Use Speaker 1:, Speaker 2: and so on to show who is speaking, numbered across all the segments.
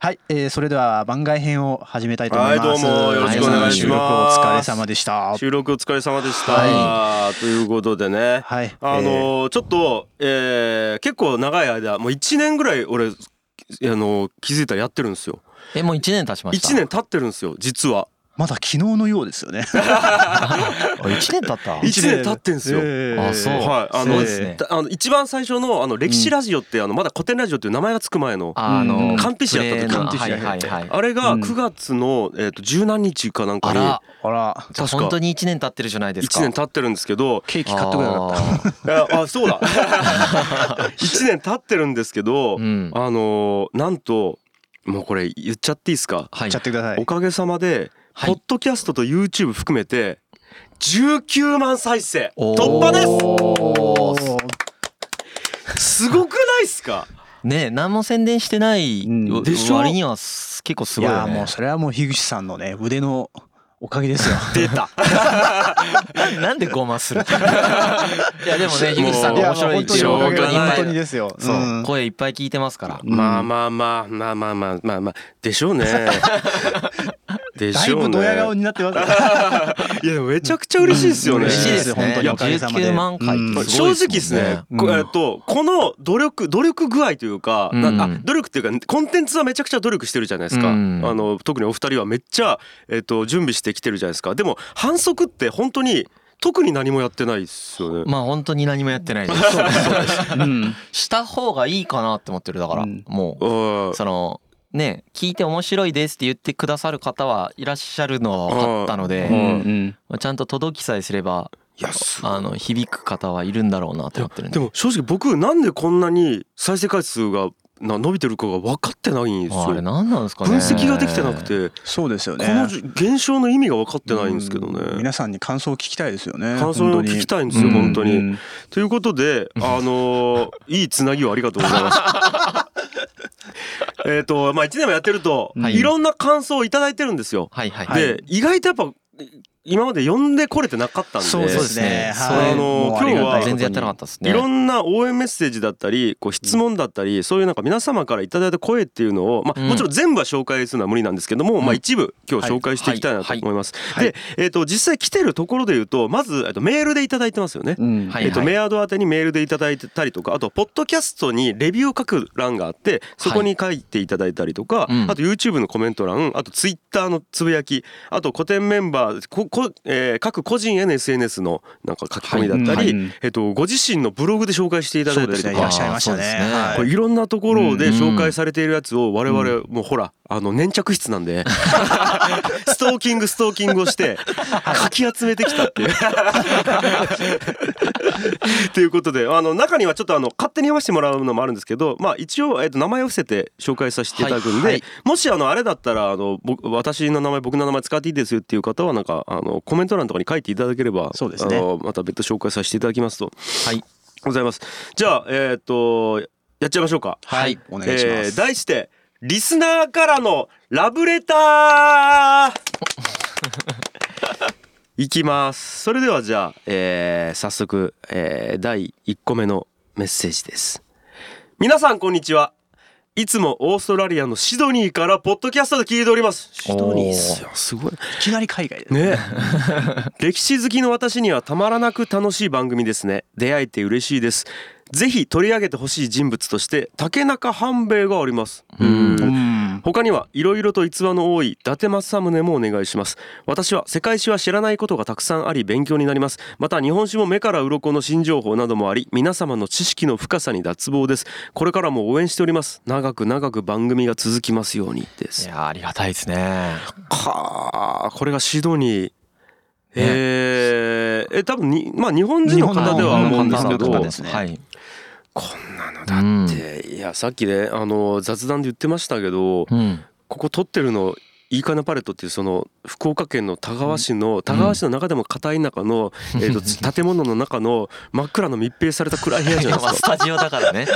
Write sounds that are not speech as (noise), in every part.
Speaker 1: はい、えー、それでは番外編を始めたいと思います。
Speaker 2: はいどうもよろしくお願い
Speaker 1: 収
Speaker 2: します
Speaker 1: 録お疲れ様でした。
Speaker 2: 収録お疲れ様でした、
Speaker 1: は
Speaker 2: ということでね、
Speaker 1: はい
Speaker 2: あのーちょっと、えー結構長い間もう1年ぐらい俺あのー気づいたらやってるんですよ
Speaker 3: えもう一年経ちました
Speaker 2: 1年経ってるんですよ実は
Speaker 1: まだ昨日のようですよね。
Speaker 3: (laughs) あ一年
Speaker 1: (laughs)
Speaker 3: 経った
Speaker 2: い一年経ってんすよ
Speaker 1: えー
Speaker 3: あそう
Speaker 2: はいあ
Speaker 3: そ
Speaker 2: の
Speaker 3: うですね
Speaker 2: たあの一番最初のあの歴史ラジオって、あのまだ古典ラジオっていう名前がつく前のあ
Speaker 3: あ
Speaker 1: うん
Speaker 3: の
Speaker 2: 完璧やった時
Speaker 3: プレーの
Speaker 1: 完璧やった
Speaker 3: はいはいはい
Speaker 2: れが
Speaker 1: うん
Speaker 2: 9月の、えー、と十何日かなんか
Speaker 3: あ
Speaker 2: に
Speaker 3: ら
Speaker 1: あら、
Speaker 3: じゃあ
Speaker 2: 確か
Speaker 3: 本当に一年経ってるじゃないですか
Speaker 2: 1年経ってるんですけ
Speaker 3: (laughs)
Speaker 2: ど
Speaker 1: ケーキ買ってこなかった。
Speaker 3: かっ
Speaker 2: ああそうだ1年経ってるんですけ (laughs) ど、
Speaker 3: うん
Speaker 2: あのーなんともうこれ言っちゃっていいですか、
Speaker 3: は
Speaker 1: 言
Speaker 3: い
Speaker 1: っちゃってくださ
Speaker 2: お
Speaker 1: い。
Speaker 2: かげさまで、
Speaker 3: はい
Speaker 2: ポッドキャストと YouTube 含めて19万再生
Speaker 3: おー
Speaker 2: 突破で
Speaker 3: おー
Speaker 2: すすごくないっすか
Speaker 3: ねえ何も宣伝してない
Speaker 1: うん
Speaker 2: でしょ
Speaker 3: 割にはす結構す
Speaker 1: い
Speaker 3: ごい
Speaker 1: や
Speaker 3: よ
Speaker 1: ー
Speaker 3: ね
Speaker 1: もうそれはもう樋口さんのね腕のおかげです
Speaker 2: (laughs)
Speaker 1: よ。
Speaker 2: 出た
Speaker 3: ななんでごまする (laughs) いやでもね樋口さん
Speaker 2: い
Speaker 3: が
Speaker 2: や
Speaker 3: 面白い
Speaker 2: ですよ
Speaker 1: もう本当におかげ
Speaker 2: しょうが
Speaker 1: は
Speaker 2: な
Speaker 1: 本
Speaker 2: い
Speaker 1: 当にですよ。
Speaker 3: そう
Speaker 1: うん
Speaker 3: 声いっぱい聞いてますから
Speaker 2: まあまあまあまあまあまあまあまあでしょう (laughs) ねで
Speaker 1: だ
Speaker 2: し
Speaker 1: い
Speaker 2: ょう
Speaker 1: ぶ
Speaker 2: ね
Speaker 1: ドヤ顔になってますよ。
Speaker 2: いやでもめちゃくちゃ嬉しいですよ
Speaker 1: うん
Speaker 2: ね、
Speaker 1: 嬉しいです
Speaker 3: ね
Speaker 1: 本当におかげさまで
Speaker 3: 19万回ってす
Speaker 2: 正
Speaker 3: ごい
Speaker 2: 直ですね、
Speaker 3: うん
Speaker 2: こえっとこの努力努力具合というか、な
Speaker 3: うん
Speaker 2: あ努力というかコンテンツはめちゃくちゃ努力してるじゃないですか、
Speaker 3: うん
Speaker 2: あの特にお二人はめっちゃ、えっと準備してきてるじゃないですかでも反則って本当に特に何もやってないですよね。
Speaker 3: まあ本当に何もやってないです (laughs)
Speaker 1: うん
Speaker 3: した方がいいかなって思ってるだから、
Speaker 1: うん
Speaker 3: も
Speaker 2: うん
Speaker 3: うそのね聞いて面白いですって言ってくださる方はいらっしゃるのは分かったので、
Speaker 1: う
Speaker 2: うんん
Speaker 1: うん
Speaker 3: まあちゃんと届きさえすれば
Speaker 2: いやす
Speaker 3: あの響く方はいるんだろうなと思ってるんで
Speaker 2: でも正直僕なんでこんなに再生回数がな伸びてるかが分かってないんです
Speaker 3: あれ
Speaker 2: よ。
Speaker 3: 何なんですかね
Speaker 2: 分析ができてなくて、
Speaker 1: そうですよ
Speaker 2: こ
Speaker 1: ね。
Speaker 2: のじ現象の意味が分かってないんですけど
Speaker 1: うん
Speaker 2: ね。
Speaker 1: 皆さんに感想を聞きたいですよね。
Speaker 2: 感想を聞きたいんですよ本当に。
Speaker 1: うん
Speaker 2: ということで、あ
Speaker 1: (laughs)
Speaker 2: のーいいつなぎをありがとうございます。 (laughs) えっと、まあ、1年もやってると、
Speaker 3: はい
Speaker 2: い、ろんな感想をいただいてるんですよ。
Speaker 3: はいはい
Speaker 1: はい
Speaker 2: で、意外とやっぱ、今まで呼んでこれてなかったんで、
Speaker 1: そうですね。
Speaker 3: そうですね
Speaker 1: はい
Speaker 3: あ
Speaker 2: の
Speaker 1: もうありがたいことに
Speaker 3: 全然やってなかったですね
Speaker 2: いろんな応援メッセージだったりこう質問だったり、そういうなんか皆様からいただいた声っていうのを、まあ、
Speaker 3: うん
Speaker 2: もちろん全部は紹介するのは無理なんですけども、まあ、一部今日紹介していきたいなと思います。
Speaker 1: はいはい
Speaker 2: で、えー、と実際来てるところでいうとまずえっとメールでいただいてますよね。
Speaker 1: うん
Speaker 3: はい
Speaker 2: えっと、メアド宛てにメールでいただいてたりとかあとポッドキャストにレビューを書く欄があってそこに書いていただいたりとか、
Speaker 3: うん
Speaker 2: あと YouTube のコメント欄あと Twitter のつぶやきあと古典メンバーここ、えー各個人への SNS のなんか書き込みだったり、
Speaker 1: はいうん
Speaker 2: えっと、ご自身のブログで紹介していただいたり
Speaker 1: そうですね
Speaker 2: と
Speaker 1: いら
Speaker 2: か
Speaker 1: っ。しゃいましたね
Speaker 3: あーそうです
Speaker 1: はい
Speaker 2: これいろんなところで
Speaker 3: うん
Speaker 2: 紹介されているやつを我々もうほらあの粘着質なんで (laughs) ストーキングストーキングをしてかき集めてきたっていう。 (laughs) ということであの中にはちょっとあの勝手に読ませてもらうのもあるんですけど、まあ、一応、えっと名前を伏せて紹介させていただくんで、
Speaker 3: はいはい
Speaker 2: もしあのあれだったらあの僕私の名前僕の名前使っていいですよっていう方はなんかあのコメント欄とかに書いていただければ
Speaker 1: そうですね
Speaker 2: あのまた別途紹介させていただきますと。
Speaker 3: はい
Speaker 2: ございます。じゃあ、えっ、と、やっちゃいましょうか。
Speaker 1: はいお願いします
Speaker 2: えー題して、リスナーからのラブレターいきます。 (laughs) それではじゃあ、えー早速、えー第1個目のメッセージです。皆さん、こんにちは。いつもオーストラリアのシドニーからポッドキャストで聞いております。シドニーっすよ。すごい。
Speaker 1: いきなり海外です。
Speaker 2: ね歴史好きの私にはたまらなく楽しい番組ですね出会えて嬉しいですぜひ取り上げてほしい人物として竹中半兵衛があります
Speaker 3: うん
Speaker 1: うん
Speaker 2: 他にはいろいろと逸話の多い伊達政宗もお願いします私は世界史は知らないことがたくさんあり勉強になりますまた日本史も目から鱗の新情報などもあり皆様の知識の深さに脱帽ですこれからも応援しております長く長く番組が続きますようにで
Speaker 3: い
Speaker 2: す
Speaker 3: やーありがたいですね
Speaker 2: はあこれがシドニー、えーえ多分にまあ日本人の方では思うんですけ
Speaker 1: 日本の方
Speaker 2: ど
Speaker 1: ですね
Speaker 3: はい
Speaker 2: こんなの
Speaker 3: だって
Speaker 2: でいやさっきねあの雑談で言ってましたけど
Speaker 3: うん
Speaker 2: ここ撮ってるのいいかなパレットっていうその福岡県の田川市の田川市の中でも片田舎の、えーとつ建物の中の真っ暗の密閉された暗い部屋じゃない
Speaker 3: まあ
Speaker 2: です
Speaker 3: スタジオだか
Speaker 2: (laughs)
Speaker 3: らね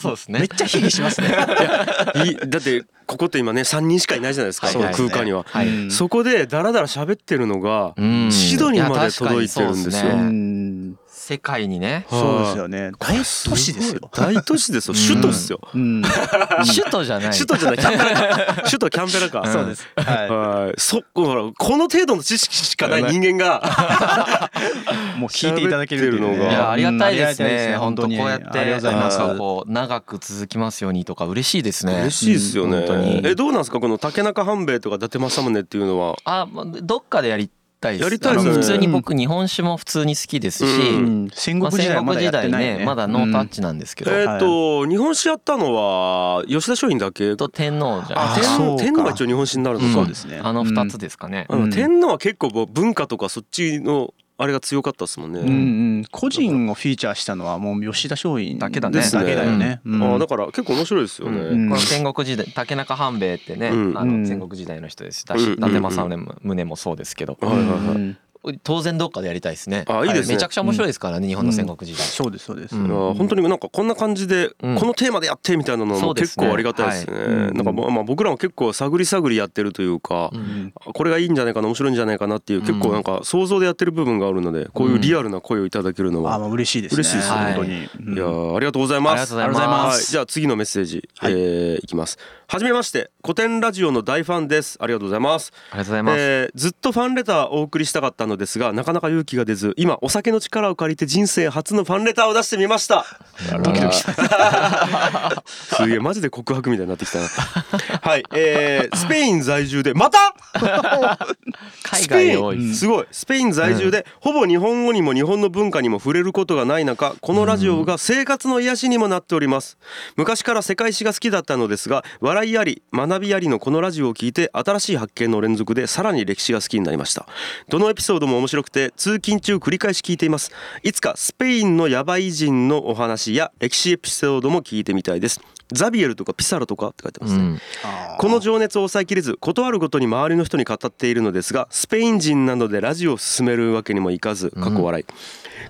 Speaker 3: そうですね
Speaker 1: めっちゃ卑下しますね。
Speaker 2: か。いだってここって今ね3人しかいないじゃないですか、
Speaker 3: はい
Speaker 2: その空間には。
Speaker 3: はい
Speaker 1: うん
Speaker 2: そこでダラダラ喋ってるのが
Speaker 3: うん
Speaker 2: シドニーまで届いてるんですよ
Speaker 3: いや確かにそうっすね
Speaker 1: うん
Speaker 3: 世界にね
Speaker 1: そうですよね。大都市です
Speaker 2: (laughs)
Speaker 1: よ。
Speaker 2: 大都市ですよ。
Speaker 1: うん
Speaker 2: 首都ですよ。
Speaker 1: うん。
Speaker 3: 首都じゃない
Speaker 2: 首都じ
Speaker 1: (laughs)
Speaker 2: ゃない、キャンベラか。首都キャンベラか。
Speaker 1: そうです。は
Speaker 2: はい。そっほらこの程度の知識しかない人間が。
Speaker 1: い。もう聞いていただけるっていうね
Speaker 2: 喋ってるのが
Speaker 3: いやありがたいです
Speaker 1: うんありがたい
Speaker 3: ね本当こうやっ
Speaker 1: ありがとう
Speaker 3: て
Speaker 1: ござい
Speaker 3: な
Speaker 1: ま
Speaker 3: ん
Speaker 1: す。
Speaker 3: かこう長く続きますようにとか嬉しいですね
Speaker 2: 嬉しいですよね
Speaker 3: うん本当。に
Speaker 2: えどうなんですかこの竹中半兵衛とか伊達政宗っていうのは。
Speaker 3: あまあどっかでやりたいです
Speaker 2: やりたいですね
Speaker 3: あの普通に僕日本酒も普通に好きですし、
Speaker 2: う
Speaker 1: うん戦
Speaker 3: ま
Speaker 1: 国
Speaker 3: あ、
Speaker 1: 時代は
Speaker 3: 戦
Speaker 1: ま
Speaker 3: 国
Speaker 1: だや
Speaker 3: 時
Speaker 1: って
Speaker 3: 代
Speaker 1: ないね。
Speaker 3: ねまだノータッ
Speaker 1: チ。
Speaker 3: チなんですけ
Speaker 2: え
Speaker 3: ど、
Speaker 2: ーっと日本史やったのは吉田松陰だけ。
Speaker 3: と天皇じゃ
Speaker 2: あ
Speaker 1: ー
Speaker 3: ないですか
Speaker 2: 天
Speaker 1: そ
Speaker 2: 皇
Speaker 1: うか
Speaker 2: 天皇が一応日本史になるの
Speaker 3: うん
Speaker 2: か
Speaker 1: そうですね。
Speaker 3: あの二つですかね、
Speaker 2: あの
Speaker 1: うん
Speaker 2: 天皇は結構もう文化とかそっちのあれが強かったですもんね。
Speaker 1: うんうん。個人をフィーチャーしたのはもう吉田松陰
Speaker 3: だけだ
Speaker 2: ね
Speaker 1: だけだよね。うん
Speaker 2: あーだから結構面白いですよね。
Speaker 1: うん
Speaker 3: この戦国時代竹中半兵衛ってね、
Speaker 2: うん
Speaker 3: あの戦国時代の人ですだ
Speaker 2: うん
Speaker 3: し伊達政宗も宗もそうですけど、
Speaker 2: はいはいはい
Speaker 1: うん
Speaker 3: 当然どっかでやりたいですね
Speaker 2: あいいですね
Speaker 3: めちゃくちゃ面白いですからね、日本の戦国時代、
Speaker 1: そうですそうです。
Speaker 3: うん
Speaker 2: あー本当になんかこんな感じでこ
Speaker 3: うん
Speaker 2: のテーマでやってみたいなの
Speaker 3: そ
Speaker 2: も
Speaker 3: うで
Speaker 2: 結
Speaker 3: すね
Speaker 2: 構ありがたいですね。
Speaker 1: いうん
Speaker 2: なんかまあまあ僕らも結構探り探りやってるというか
Speaker 3: う。
Speaker 1: うん
Speaker 3: ん
Speaker 2: これがいいんじゃないかな面白いんじゃないかなっていう
Speaker 3: うん
Speaker 2: 結構なんか想像でやってる部分があるのでこういうリアルな声をいただけるの
Speaker 1: あ
Speaker 2: は
Speaker 1: まあ嬉しいですね。
Speaker 2: 嬉しいです
Speaker 3: ね
Speaker 1: 本当に。うん
Speaker 2: いやーありがとうございます
Speaker 3: ありがとうございますありがとうございます
Speaker 2: はいじゃあ次のメッセージえ
Speaker 1: はい
Speaker 2: ーいきますはじめまして古典ラジオの大ファンですありがとうございます
Speaker 3: ありがとうございます、
Speaker 2: えーずっとファンレターをお送りしたかったのですがなかなか勇気が出ず今お酒の力を借りて人生初のファンレターを出してみました
Speaker 1: ドキドキし
Speaker 2: すげえマジで告白みたいになってきたなはいえースペイン在住でまた
Speaker 3: 海外多いです
Speaker 2: すごいスペイン在住で、ほぼ日本語にも日本の文化にも触れることがない中このラジオが生活の癒しにもなっております昔から世界史が好きだったのですが笑いあり学びありのこのラジオを聞いて新しい発見の連続でさらに歴史が好きになりましたどのエピソードも面白くて通勤中繰り返し聞いていますいつかスペインのヤバい人のお話や歴史エピソードも聞いてみたいですザビエルとかピサロとかって書いてますね、
Speaker 3: うん
Speaker 1: あー
Speaker 2: この情熱を抑えきれず断るごとに周りの人に語っているのですがスペイン人なのでラジオを進めるわけにもいかず過去笑い、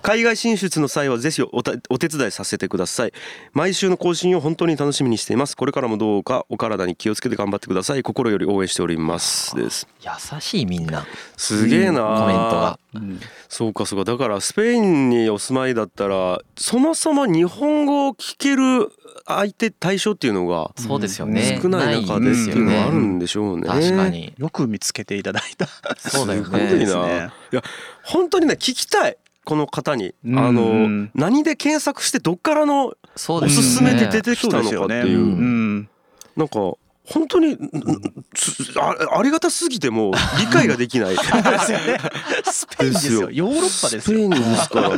Speaker 2: 海外進出の際はぜひおたお手伝いさせてください毎週の更新を本当に楽しみにしていますこれからもどうかお体に気をつけて頑張ってください心より応援しておりますです
Speaker 3: 優しいみんな
Speaker 2: すげえな
Speaker 3: コメントが
Speaker 1: うん
Speaker 2: そうかそうかだからスペインにお住まいだったらそもそも日本語を聞ける相手対象っていうのが
Speaker 3: そうですよね、
Speaker 2: 少ない中で
Speaker 3: で
Speaker 2: っ
Speaker 3: す
Speaker 2: てい
Speaker 3: よ
Speaker 2: うの
Speaker 3: ね
Speaker 2: はあるんでしょうね
Speaker 3: 確かに
Speaker 1: よく見つけていただいた。
Speaker 3: そうだよ
Speaker 2: すごい
Speaker 3: ね
Speaker 2: な、いや本当にね聞きたいこの方に、
Speaker 1: うん
Speaker 2: あの何で検索してどっからの
Speaker 3: そう
Speaker 2: お
Speaker 3: ですよ
Speaker 2: す
Speaker 3: ね
Speaker 2: すめで出てきたのかっていう
Speaker 1: そうですよね
Speaker 3: ん
Speaker 1: うん
Speaker 2: なんか本当にんんすあありがたすぎてもう理解ができない (laughs)
Speaker 1: スペインですよ。ヨーロッパです
Speaker 2: スペイ
Speaker 1: よ。
Speaker 2: ンですからね、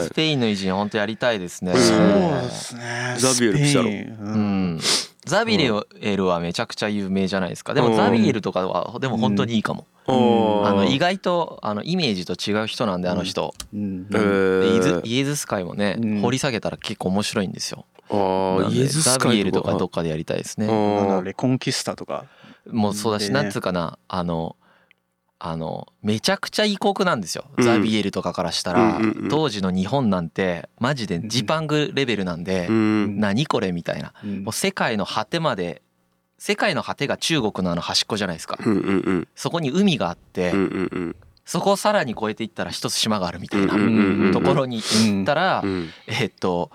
Speaker 3: スペインの偉人本当やりたいですね。
Speaker 2: うん
Speaker 1: そうですね。
Speaker 2: ザビエルピサ
Speaker 1: ス
Speaker 2: ロ
Speaker 1: ペインう
Speaker 3: うんん。ザビエルはめちゃくちゃ有名じゃないですか。で
Speaker 2: うん
Speaker 3: もザビエルとかはでも本当にいいかも。
Speaker 2: あ
Speaker 3: あの
Speaker 2: 外
Speaker 3: 意外とあのイメージと違う人なんであの人。
Speaker 1: うん
Speaker 2: え
Speaker 3: でイエズ
Speaker 2: ー、
Speaker 3: イエズス会もね
Speaker 1: うん
Speaker 3: 掘り下げたら結構面白いんですよ。
Speaker 2: あ
Speaker 3: な
Speaker 2: あ
Speaker 3: ん
Speaker 2: イ
Speaker 3: で
Speaker 2: エズス
Speaker 3: ザ
Speaker 2: 会
Speaker 3: ビエルとかど
Speaker 2: と
Speaker 3: っかでやりたいです
Speaker 2: あ
Speaker 3: ね。
Speaker 1: なんだ
Speaker 2: ー
Speaker 1: レコンキスタとか。
Speaker 3: もうそうだ
Speaker 1: うん
Speaker 3: し
Speaker 1: でね
Speaker 3: なんつうかなあの。あのめちゃくちゃ異国なんですよ、
Speaker 2: うん
Speaker 3: ザビエルとかからしたら、
Speaker 2: うんうんうん
Speaker 3: 当時の日本なんてマジでジパングレベルなんで、
Speaker 2: うん
Speaker 3: 何これみたいな
Speaker 1: うん
Speaker 3: もう世界の果てまで世界の果てが中国のあの端っこじゃないですか、
Speaker 2: うんうんうん
Speaker 3: そこに海があって、
Speaker 2: うんうんうん
Speaker 3: そこをさらに越えていったら一つ島があるみたいな
Speaker 2: うんうんうんうん
Speaker 3: ところに行ったら、
Speaker 2: うん
Speaker 3: えっと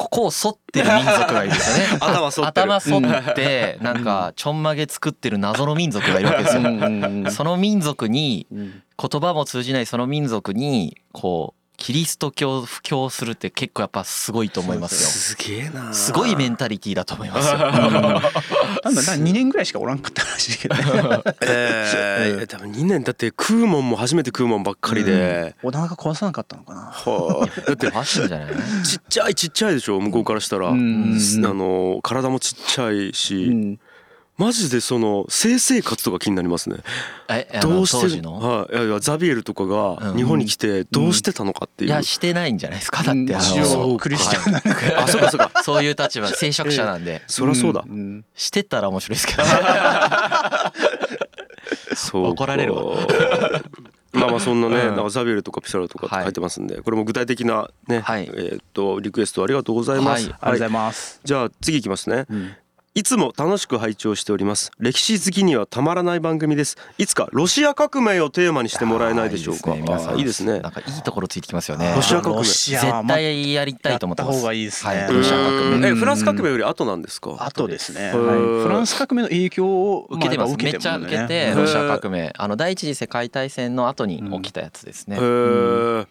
Speaker 3: ここを反ってる民族がいるんですよ
Speaker 2: (laughs)
Speaker 3: ね
Speaker 2: 頭反ってる
Speaker 3: 頭反ってなんかちょんまげ作ってる謎の民族がいるわけです
Speaker 1: う
Speaker 3: よ。
Speaker 1: んうんうん
Speaker 3: その民族に
Speaker 2: (laughs)
Speaker 1: うん
Speaker 3: 言葉も通じないその民族にこうキリスト教を布教するって結構やっぱすごいと思いますよ。
Speaker 2: すげえな
Speaker 3: すごいメンタリティーだと思いますよ。
Speaker 1: なんだ2年ぐらいしかおらんかったらしいけどね。
Speaker 2: ええ
Speaker 1: う
Speaker 2: 多分2年だって食うもんも初めて食うもんばっかりで、
Speaker 1: お腹壊さなかったのかな。
Speaker 2: は
Speaker 3: (laughs)
Speaker 2: あだって
Speaker 3: マジじゃない
Speaker 2: ちっちゃいちっちゃいでしょ向こうからしたら、
Speaker 1: うん
Speaker 2: すあの体もちっちゃいし、
Speaker 1: うん
Speaker 2: マジでその性生活とか気になりますね
Speaker 3: えあの
Speaker 2: どうして
Speaker 3: 当時の
Speaker 2: はい、いやいやザビエルとかが
Speaker 3: うん
Speaker 2: 日本に来てどうしてたのかってい、
Speaker 3: いうやしてないんじゃないですかだってあ
Speaker 1: 一
Speaker 2: そ
Speaker 1: 応
Speaker 2: う
Speaker 3: の
Speaker 1: クリスチャン
Speaker 3: (laughs)
Speaker 1: なんか
Speaker 2: あそうかそうか
Speaker 3: そういう立場聖職者なんで
Speaker 2: そりゃそうだ、
Speaker 1: ん
Speaker 3: してたら面白いですけど
Speaker 2: そうか
Speaker 3: 怒られるわ
Speaker 2: (laughs) まあまあそんなね、
Speaker 3: うん
Speaker 2: なんかザビエルとかピサロとかって書いてますんで、これも具体的なね、
Speaker 3: はい
Speaker 2: えーっとリクエストありがとうございます。
Speaker 1: あり
Speaker 3: はい
Speaker 1: がとうございます。
Speaker 2: じゃあ次いきますね。
Speaker 1: うん
Speaker 2: いつも楽しく拝聴しております歴史好きにはたまらない番組ですいつかロシア革命をテーマにしてもらえないでしょうか
Speaker 3: あーいいですね皆さ
Speaker 2: あ
Speaker 3: ん
Speaker 2: ーいいですね
Speaker 3: なんかいいところついてきますよね
Speaker 2: ロシア革命
Speaker 1: ロシアは
Speaker 3: 絶
Speaker 1: まあ
Speaker 3: 対やりたいと思ってま
Speaker 1: や
Speaker 3: す
Speaker 1: った方がいいですね
Speaker 3: は
Speaker 1: ロシア
Speaker 3: 革命
Speaker 2: うん
Speaker 1: うん
Speaker 2: えフランス革命より後なんですか
Speaker 1: 後ですね、
Speaker 2: へー
Speaker 1: はいフランス革命の影響を
Speaker 3: 受けてます、
Speaker 1: あ
Speaker 3: め
Speaker 1: や
Speaker 3: っ
Speaker 1: ぱ
Speaker 3: ちゃ
Speaker 1: る
Speaker 3: 受
Speaker 1: ん
Speaker 3: け
Speaker 1: で
Speaker 3: て
Speaker 2: へー
Speaker 3: ロシア革命あの第一次世界大戦の後に起きたやつですね、
Speaker 2: へえ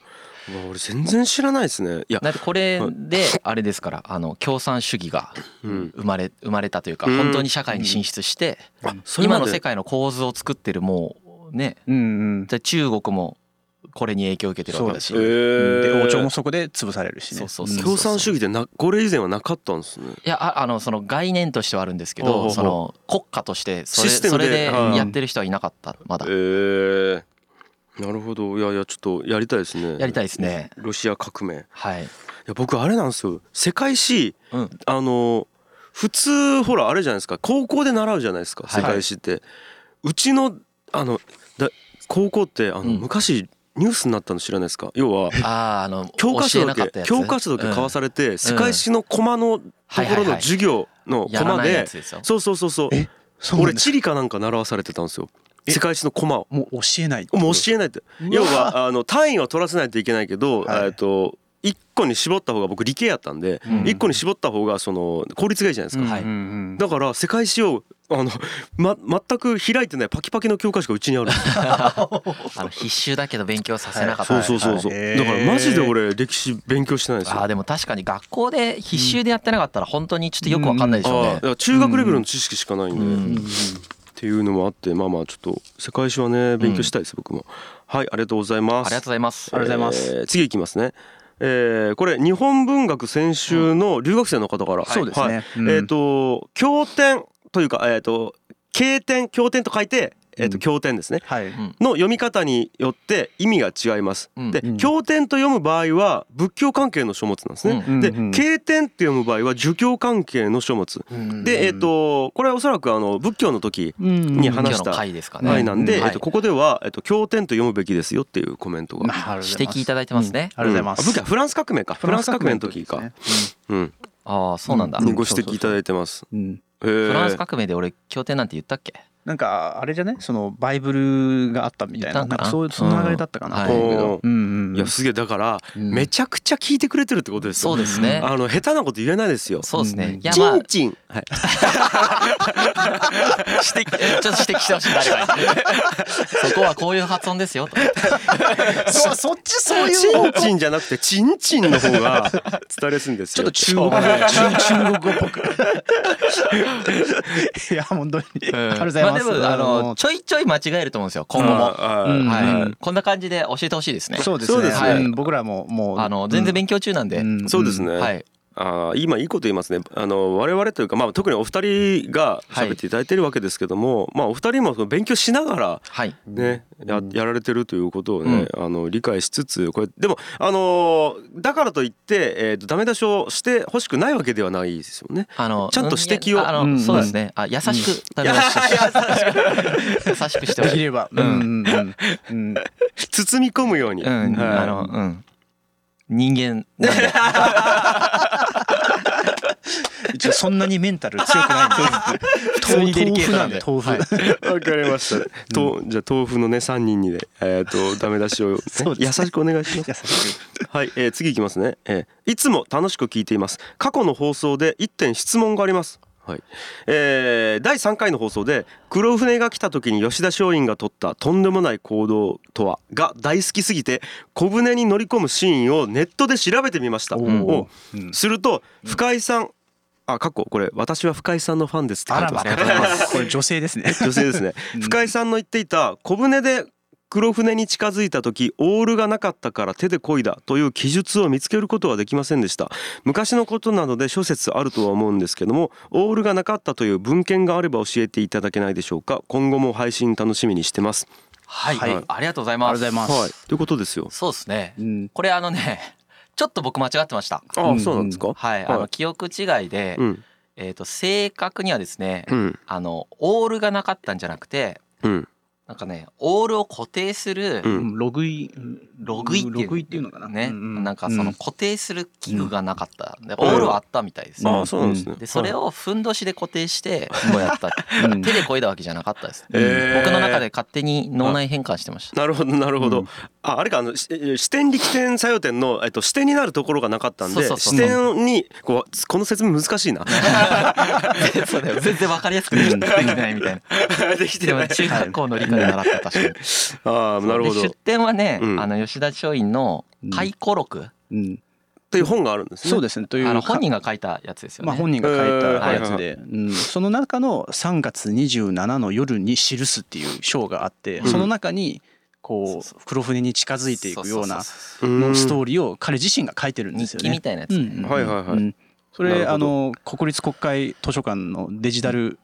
Speaker 2: 俺全然知らないですねいや
Speaker 3: だってこれであれですからあの共産主義が
Speaker 2: うん
Speaker 3: 生まれ生まれたというか
Speaker 2: うん
Speaker 3: 本当に社会に進出して
Speaker 2: あそれま
Speaker 3: 今
Speaker 2: で
Speaker 3: の世界の構図を作ってるもうね
Speaker 1: うんうん
Speaker 3: で中国もこれに影響を受けてるわけだし
Speaker 1: そ
Speaker 2: へ
Speaker 1: う
Speaker 2: ー
Speaker 1: で王朝もそこで潰されるしね
Speaker 3: そうそうそうん
Speaker 2: 共産主義でなこれ以前はなかったんですね
Speaker 3: いやああのその概念としてはあるんですけ
Speaker 2: ほうほうほ
Speaker 3: ど
Speaker 2: う
Speaker 3: その国家としてそれ
Speaker 2: システム
Speaker 3: そ
Speaker 2: で
Speaker 3: れで
Speaker 2: うん
Speaker 3: やってる人はいなかったまだ
Speaker 2: ええなるほどいやいやちょっとやりたいですね
Speaker 3: やりたいですね
Speaker 2: ロシア革命い
Speaker 3: はい
Speaker 2: や僕あれなんですよ世界史
Speaker 3: うん
Speaker 2: あの普通ほらあれじゃないですか高校で習うじゃないですか
Speaker 3: は
Speaker 2: 世
Speaker 3: い
Speaker 2: 界史って、うちのあのだ高校ってあの、
Speaker 3: うん
Speaker 2: 昔ニュースになったの知らないですか要は
Speaker 3: あああの
Speaker 2: 教科書
Speaker 3: 教え
Speaker 2: だ
Speaker 3: なかっ
Speaker 2: け
Speaker 3: たやつ
Speaker 2: 教科書だけ買わされて、世界史のコマのとこ
Speaker 3: はいは
Speaker 2: ろ
Speaker 3: いは
Speaker 2: の
Speaker 3: い
Speaker 2: 授業の
Speaker 3: や
Speaker 2: コ
Speaker 3: ら
Speaker 2: マ
Speaker 3: ないや
Speaker 2: で
Speaker 3: つですよ
Speaker 2: そうそうそうそう
Speaker 1: えそうな
Speaker 2: 俺
Speaker 1: んです
Speaker 2: 地理かなんか習わされてたんですよ
Speaker 1: え
Speaker 2: 世界史のコマを
Speaker 1: もう教えない
Speaker 2: もう教えないって
Speaker 1: うわ
Speaker 2: 要はあの単位は取らせないといけないけど、
Speaker 1: はい
Speaker 2: えっと一個に絞った方が僕理系やったんで、
Speaker 3: うん
Speaker 2: 一個に絞った方がその効率がいいじゃないですか、
Speaker 3: はい
Speaker 1: うんうん
Speaker 2: だから世界史をあの、ま、全く開いてないパキパキの教科書がうちにあるん
Speaker 3: (laughs)
Speaker 2: ですよ
Speaker 3: あの必修だけど勉強させなかった、
Speaker 2: そ
Speaker 1: は
Speaker 2: う
Speaker 1: い
Speaker 2: そうそうそう、
Speaker 1: はいはい
Speaker 2: だからマジで俺歴史勉強してないですよ
Speaker 3: あーでも確かに学校で必修でやってなかったら本当にちょっとよくわかんないでしょう
Speaker 2: あー
Speaker 3: ね
Speaker 2: だ。から中学レベルの知識しかないんで、
Speaker 3: う
Speaker 1: うん
Speaker 3: ん
Speaker 2: っていうのもあってまあまあちょっと世界史はね勉強したいです、僕もはいありがとうござい
Speaker 3: あ
Speaker 2: ま
Speaker 3: りが
Speaker 2: す
Speaker 3: とうございます。
Speaker 1: ありがとうございます
Speaker 2: えー次いきますね。えーこれ日本文学専修の留学生の方から、
Speaker 1: そうですね
Speaker 2: はい
Speaker 1: うん
Speaker 2: えっ、と経典というかえっ、と経典経典と書いてえっ、
Speaker 1: う
Speaker 2: と
Speaker 1: ん
Speaker 2: 経典ですね。
Speaker 1: はい
Speaker 2: の読み方によって意味が違います。
Speaker 3: うん
Speaker 2: で
Speaker 1: うん
Speaker 2: 経典と読む場合は仏教関係の書物なんですね。
Speaker 3: うん
Speaker 2: で
Speaker 1: うんうん
Speaker 2: 経典って読む場合は儒教関係の書物。でえっ、とこれはおそらくあの仏教の時に
Speaker 1: に
Speaker 3: 今
Speaker 2: 話
Speaker 3: 日
Speaker 2: し
Speaker 3: の
Speaker 2: た
Speaker 3: 回ですかね。
Speaker 2: はい
Speaker 1: 回
Speaker 2: なんで、
Speaker 3: うん
Speaker 2: えっとここではえっと経典と読むべきですよっていうコメントが。
Speaker 3: 指摘いただいてますね。
Speaker 1: ありがとうございます
Speaker 2: んあ武器はフランス革命か。フランス革命の時か。うん。
Speaker 3: ああそうなんだ。
Speaker 1: うん
Speaker 2: に
Speaker 1: うん
Speaker 2: ご指摘いただいてます。
Speaker 1: うん
Speaker 2: フ
Speaker 3: フランス革命で俺経典なんて言ったっけ？
Speaker 1: なんかあれじゃねそのバイブルがあったみたいな
Speaker 3: 言ったん
Speaker 1: な
Speaker 3: か
Speaker 1: ん
Speaker 3: な
Speaker 1: かそういうその流れだったか
Speaker 3: う
Speaker 1: なんと思うけど
Speaker 2: は
Speaker 1: うんうんうん
Speaker 2: いやすげえだから
Speaker 1: うん
Speaker 2: めちゃくちゃ聞いてくれてるってことですよ。
Speaker 3: そうですね。
Speaker 2: あの下手なこと言えないですよ。
Speaker 3: そうですね。いやま
Speaker 2: チン
Speaker 3: あ指摘
Speaker 2: チン。はい。
Speaker 3: え (laughs) ちょっと指摘してほしい誰かに。 (laughs) そこはこういう発音ですよと。
Speaker 1: そうそっちそういう
Speaker 2: チンチンじゃなくてチンチンの方が伝わりやすいんです
Speaker 1: ちょっと
Speaker 2: よ。
Speaker 1: 中国語中中国語っぽく (laughs) いや本当にありがとうございます
Speaker 3: まあでもあのちょいちょい間違えると思うんですよ今後も。
Speaker 2: あ
Speaker 1: うん
Speaker 2: あ
Speaker 3: は
Speaker 1: う
Speaker 3: い。こんな感じで教えてほしいですね。
Speaker 1: そうです
Speaker 2: そう
Speaker 1: ね
Speaker 2: ですね
Speaker 1: うん僕らももう
Speaker 3: あの全然勉強中なんで。
Speaker 1: 強
Speaker 2: そうですね。
Speaker 3: はい。
Speaker 2: あー今いいこと言いますねあの我々というか、まあ、特にお二人が喋っていただいてるわけですけども、まあ、お二人もその勉強しながら、
Speaker 3: はい。
Speaker 2: ねややられてるということをね、あの理解しつつこれでも、あのーだからといって、えーとダメ出しをしてほしくないわけではないですよね。
Speaker 3: あの
Speaker 2: ちゃんと指摘を
Speaker 3: いやあの、
Speaker 1: うん
Speaker 3: そうですね。あ優しくダメ出しして優しくしてほ
Speaker 1: でき
Speaker 3: (laughs) しい。
Speaker 1: れば
Speaker 3: う
Speaker 1: うんんうんうんうん
Speaker 2: 包み込むように、
Speaker 3: うん、
Speaker 2: はい
Speaker 3: あのうん人間なん (laughs) で
Speaker 1: 一応そんなにメンタル強くないんですよ
Speaker 3: 普通にデリケートなんで
Speaker 1: 豆腐なんで豆腐
Speaker 3: (laughs)
Speaker 2: わかりました。とじゃあ豆腐のね3人にねえっ、とダメ出しをね、
Speaker 1: そうで
Speaker 2: 優
Speaker 1: すね
Speaker 2: しくお願いします。はい、えー次いきますね、えーいつも楽しく聞いています。過去の放送で1点質問があります。はい、えー第3回の放送で黒船が来た時に吉田松陰が取ったとんでもない行動とはが大好きすぎて小舟に乗り込むシーンをネットで調べてみました。
Speaker 1: お
Speaker 3: ー
Speaker 2: お
Speaker 1: (laughs) うん
Speaker 2: すると深井さん、あ過去これ私は深井さんのファンですって書
Speaker 1: あ
Speaker 2: い
Speaker 1: ら
Speaker 2: てま
Speaker 1: ば
Speaker 2: す。
Speaker 1: これ女性ですね
Speaker 2: 女性ですね
Speaker 1: うん
Speaker 2: 深井さんの言っていた小舟で黒船に近づいた時オールがなかったから手で漕いだという記述を見つけることはできませんでした昔のことなので諸説あるとは思うんですけどもオールがなかったという文献があれば教えていただけないでしょうか今後も配信楽しみにしてます
Speaker 3: はい、
Speaker 1: はい
Speaker 3: ありがとうございます
Speaker 1: ありがとうございます
Speaker 2: はいということですよ
Speaker 3: そうですね
Speaker 1: うん
Speaker 3: これあのねちょっと僕間違ってました
Speaker 2: あ
Speaker 1: う
Speaker 2: あ
Speaker 1: ん
Speaker 2: そうなんですか
Speaker 3: はい、あの記憶違いで、
Speaker 2: うん
Speaker 3: えっ、と正確にはですね、
Speaker 2: うん
Speaker 3: あのオールがなかったんじゃなくて
Speaker 2: うん
Speaker 3: なんかねオールを固定する
Speaker 2: うん
Speaker 1: うんログイ
Speaker 3: ログイっていう,、
Speaker 1: ログイっていうのかな
Speaker 3: ね、
Speaker 1: うんうん
Speaker 3: なんかその
Speaker 1: うん
Speaker 3: 固定する器具がなかった、でオ
Speaker 2: はい
Speaker 3: ールはあったみたいですね、
Speaker 2: ああそうなんですね。
Speaker 3: でそれをふんどしで固定してこうやった、
Speaker 1: うん
Speaker 3: 手でこいだわけじゃなかったです、
Speaker 2: へー
Speaker 3: 僕の中で勝手に脳内変換してました
Speaker 2: なるほどなるほど、
Speaker 1: うん
Speaker 2: ああれかあのし支店力点作用点の、えっと、支点になるところがなかったんで
Speaker 3: そうそうそう
Speaker 2: 支点にこうこの説明難しいな
Speaker 3: そうだよ全然わかりやすくできできないみたい
Speaker 2: (laughs)
Speaker 3: な
Speaker 2: できて
Speaker 3: で
Speaker 2: な
Speaker 3: も
Speaker 2: い
Speaker 3: 中学校の理科で習った確かに
Speaker 2: ああなるほ
Speaker 3: で
Speaker 2: ど
Speaker 3: 出典はね、
Speaker 2: うん
Speaker 3: あの吉田松陰の回顧録、
Speaker 1: うん
Speaker 2: という本があるんですね
Speaker 1: そうですねという
Speaker 3: あの
Speaker 1: か
Speaker 3: 本人が書いたやつですよね。
Speaker 1: まあ、本人が書いた
Speaker 2: え
Speaker 3: ー
Speaker 1: やつで、うん、その中の3月27の夜に記すっていう章があって、
Speaker 2: うん
Speaker 1: その中に
Speaker 3: そ
Speaker 1: こ
Speaker 3: うそう
Speaker 1: 黒船に近づいていくような
Speaker 3: そそ
Speaker 2: うん
Speaker 1: のストーリーを彼自身が書いてるんです
Speaker 3: 日
Speaker 1: よ
Speaker 3: 記み
Speaker 1: ね。
Speaker 3: たいなやつ
Speaker 1: う
Speaker 3: ね、
Speaker 1: ん
Speaker 2: はいはいはい
Speaker 1: うんそ
Speaker 2: なる
Speaker 1: れ
Speaker 2: ほど
Speaker 1: あの国立国会図書館のデジタル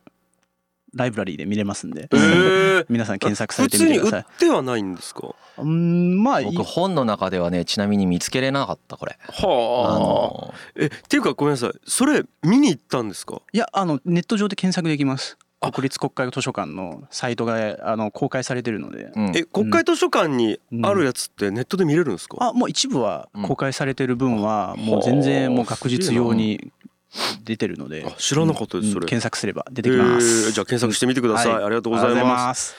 Speaker 1: ライブラリーで見れますんで、
Speaker 2: えー
Speaker 1: 皆さん検索さ
Speaker 2: 普
Speaker 1: れてみて
Speaker 2: 通に
Speaker 1: くだ
Speaker 2: 売
Speaker 1: さい
Speaker 2: っ。てはないんですか
Speaker 1: うんまあい
Speaker 3: 僕本の中ではねちなみに見つけれなかったこれ。あ
Speaker 2: はあ
Speaker 3: の
Speaker 2: えっていうかごめんなさいそれ見に行ったんですか
Speaker 1: いやあのネット上で検索できます。
Speaker 2: あ
Speaker 1: 国立国会図書館のサイトがあの公開されてるので、
Speaker 3: うん
Speaker 2: え国会図書館にあるやつってネットで見れるんですか、
Speaker 1: あもう一部は公開されてる分はもう全然もう確実用に出てるので
Speaker 2: あ知らなかったですそ
Speaker 1: う
Speaker 2: れ、
Speaker 1: ん検索すれば出
Speaker 2: え
Speaker 1: てきます、
Speaker 2: ーじゃあ検索してみてください、
Speaker 1: はい
Speaker 2: ありがとうございます
Speaker 1: す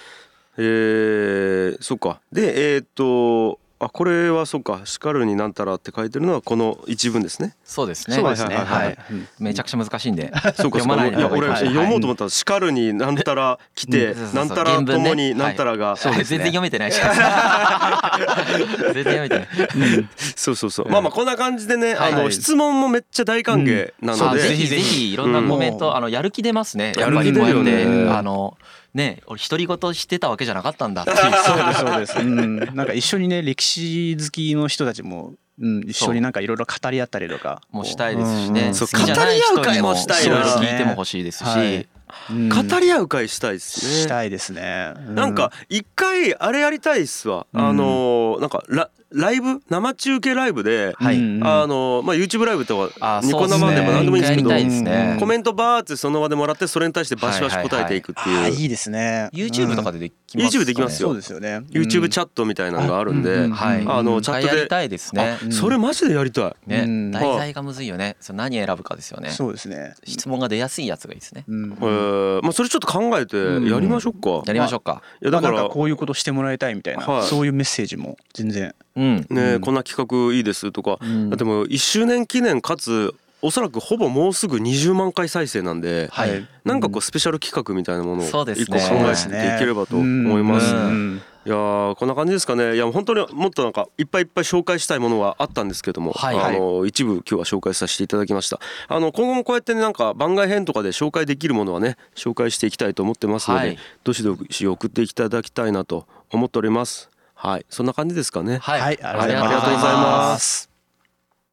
Speaker 2: えー、そっかでえーっとあこれはそっか「叱るになんたら」って書いてるのはこの一文です
Speaker 3: (laughs)
Speaker 2: ね
Speaker 3: そうですね。
Speaker 2: そう
Speaker 1: ですね
Speaker 3: はいはいはい
Speaker 1: うん
Speaker 3: めちゃくちゃ難しいんで
Speaker 2: そうか
Speaker 3: 読まないで
Speaker 2: や
Speaker 3: ほ
Speaker 2: 俺
Speaker 3: うがいいかもしれない
Speaker 2: 読もうと思ったら「叱るになんたら来て
Speaker 3: うんそうそうそう
Speaker 2: なんたらともになんたらが」
Speaker 1: そうです
Speaker 2: (laughs)
Speaker 3: 全
Speaker 1: ね
Speaker 3: 然読めてないし。全然読めてない。
Speaker 2: そうそうそう
Speaker 3: うん
Speaker 2: まあまあこんな感じでねあ
Speaker 1: は
Speaker 2: の
Speaker 1: い
Speaker 2: 質問もめっちゃ大歓迎な
Speaker 3: あ
Speaker 2: の
Speaker 3: ぜ
Speaker 2: で
Speaker 3: ひぜひいろんなコメン
Speaker 1: う
Speaker 3: ト
Speaker 1: ん
Speaker 3: あのやる気出ますね。
Speaker 2: やる気出るよね
Speaker 3: やっぱりこうやってあのね俺独り言してたわけじゃなかったんだっていう。
Speaker 1: そうですそうです、うん、なんか一緒にね歴史好きの人たちも、うん、一緒になんかいろいろ語り合ったりとか
Speaker 3: もしたいですしね。
Speaker 2: そう
Speaker 3: 好きじゃない人に
Speaker 2: 語り合う会もしたい
Speaker 1: な
Speaker 3: そうです聞いてもほしいですし、
Speaker 1: はいうん
Speaker 2: 語り合う会したいです
Speaker 1: し
Speaker 2: ね
Speaker 1: たいですね、う
Speaker 2: なんか一回あれやりたいっすわ
Speaker 1: うん
Speaker 2: あのなんかラライブ生中継ライブで
Speaker 3: はい
Speaker 1: うん
Speaker 2: あのまあ YouTube ライブとか
Speaker 3: あー
Speaker 2: ニコ
Speaker 3: そう
Speaker 2: 生でも何でもいいんですけど
Speaker 3: やりたいですね
Speaker 1: う。ん
Speaker 2: コメントバーってその場でもらってそれに対してバシバシ答えていくって
Speaker 1: ああ
Speaker 2: いう
Speaker 1: いいですね
Speaker 3: YouTube とか
Speaker 1: で
Speaker 3: でできますか
Speaker 2: YouTube
Speaker 3: ね
Speaker 2: できますよ
Speaker 1: そうですよね
Speaker 2: YouTube
Speaker 1: ャ
Speaker 2: チャットみたいなのがあるん
Speaker 1: う
Speaker 2: で
Speaker 1: ん
Speaker 3: はい。
Speaker 1: あ
Speaker 2: の
Speaker 3: うん
Speaker 2: チャットで
Speaker 3: やりたいですね。
Speaker 1: うん
Speaker 2: それマジでやりたい
Speaker 1: う
Speaker 3: ね、
Speaker 1: ん
Speaker 3: 題材がむずいよね。それ何選ぶかですよね。
Speaker 1: そうですね
Speaker 3: 質問が出やすいやつがいいですね。
Speaker 1: うん
Speaker 2: えーまあそれちょっと考えてやりましょうか
Speaker 3: やりましょうか。
Speaker 2: いやだ
Speaker 1: ま
Speaker 2: か
Speaker 1: あ
Speaker 2: ら
Speaker 1: なんかこういうことしてもらいたいみたいな、
Speaker 2: はい
Speaker 1: そういうメッセージも全然、
Speaker 3: うん。
Speaker 2: ね
Speaker 1: うん
Speaker 2: こんな企画いいですとかだって
Speaker 1: も
Speaker 2: もう1周年記念かつおそらくほぼもうすぐ20万回再生なんで、
Speaker 3: はい
Speaker 2: なんかこうスペシャル企画みたいなものを一
Speaker 3: そ
Speaker 2: 個
Speaker 3: う
Speaker 2: 考え
Speaker 3: で
Speaker 2: ていけ
Speaker 3: すね
Speaker 2: ればと思います。
Speaker 3: うん
Speaker 2: いやーこんな感じですかねいや本当にもっとなんかいっぱいいっぱい紹介したいものはあったんですけども、
Speaker 3: はい
Speaker 2: あの一部今日は紹介させていただきましたあの今後もこうやってねなんか番外編とかで紹介できるものはね紹介していきたいと思ってますので、
Speaker 3: はい
Speaker 2: どしどし送っていただきたいなと思っておりますはいそんな感じですかね
Speaker 3: はい。
Speaker 1: はい、
Speaker 3: ありがとうござい
Speaker 2: ありがとうござい
Speaker 3: ま。
Speaker 2: ます
Speaker 1: す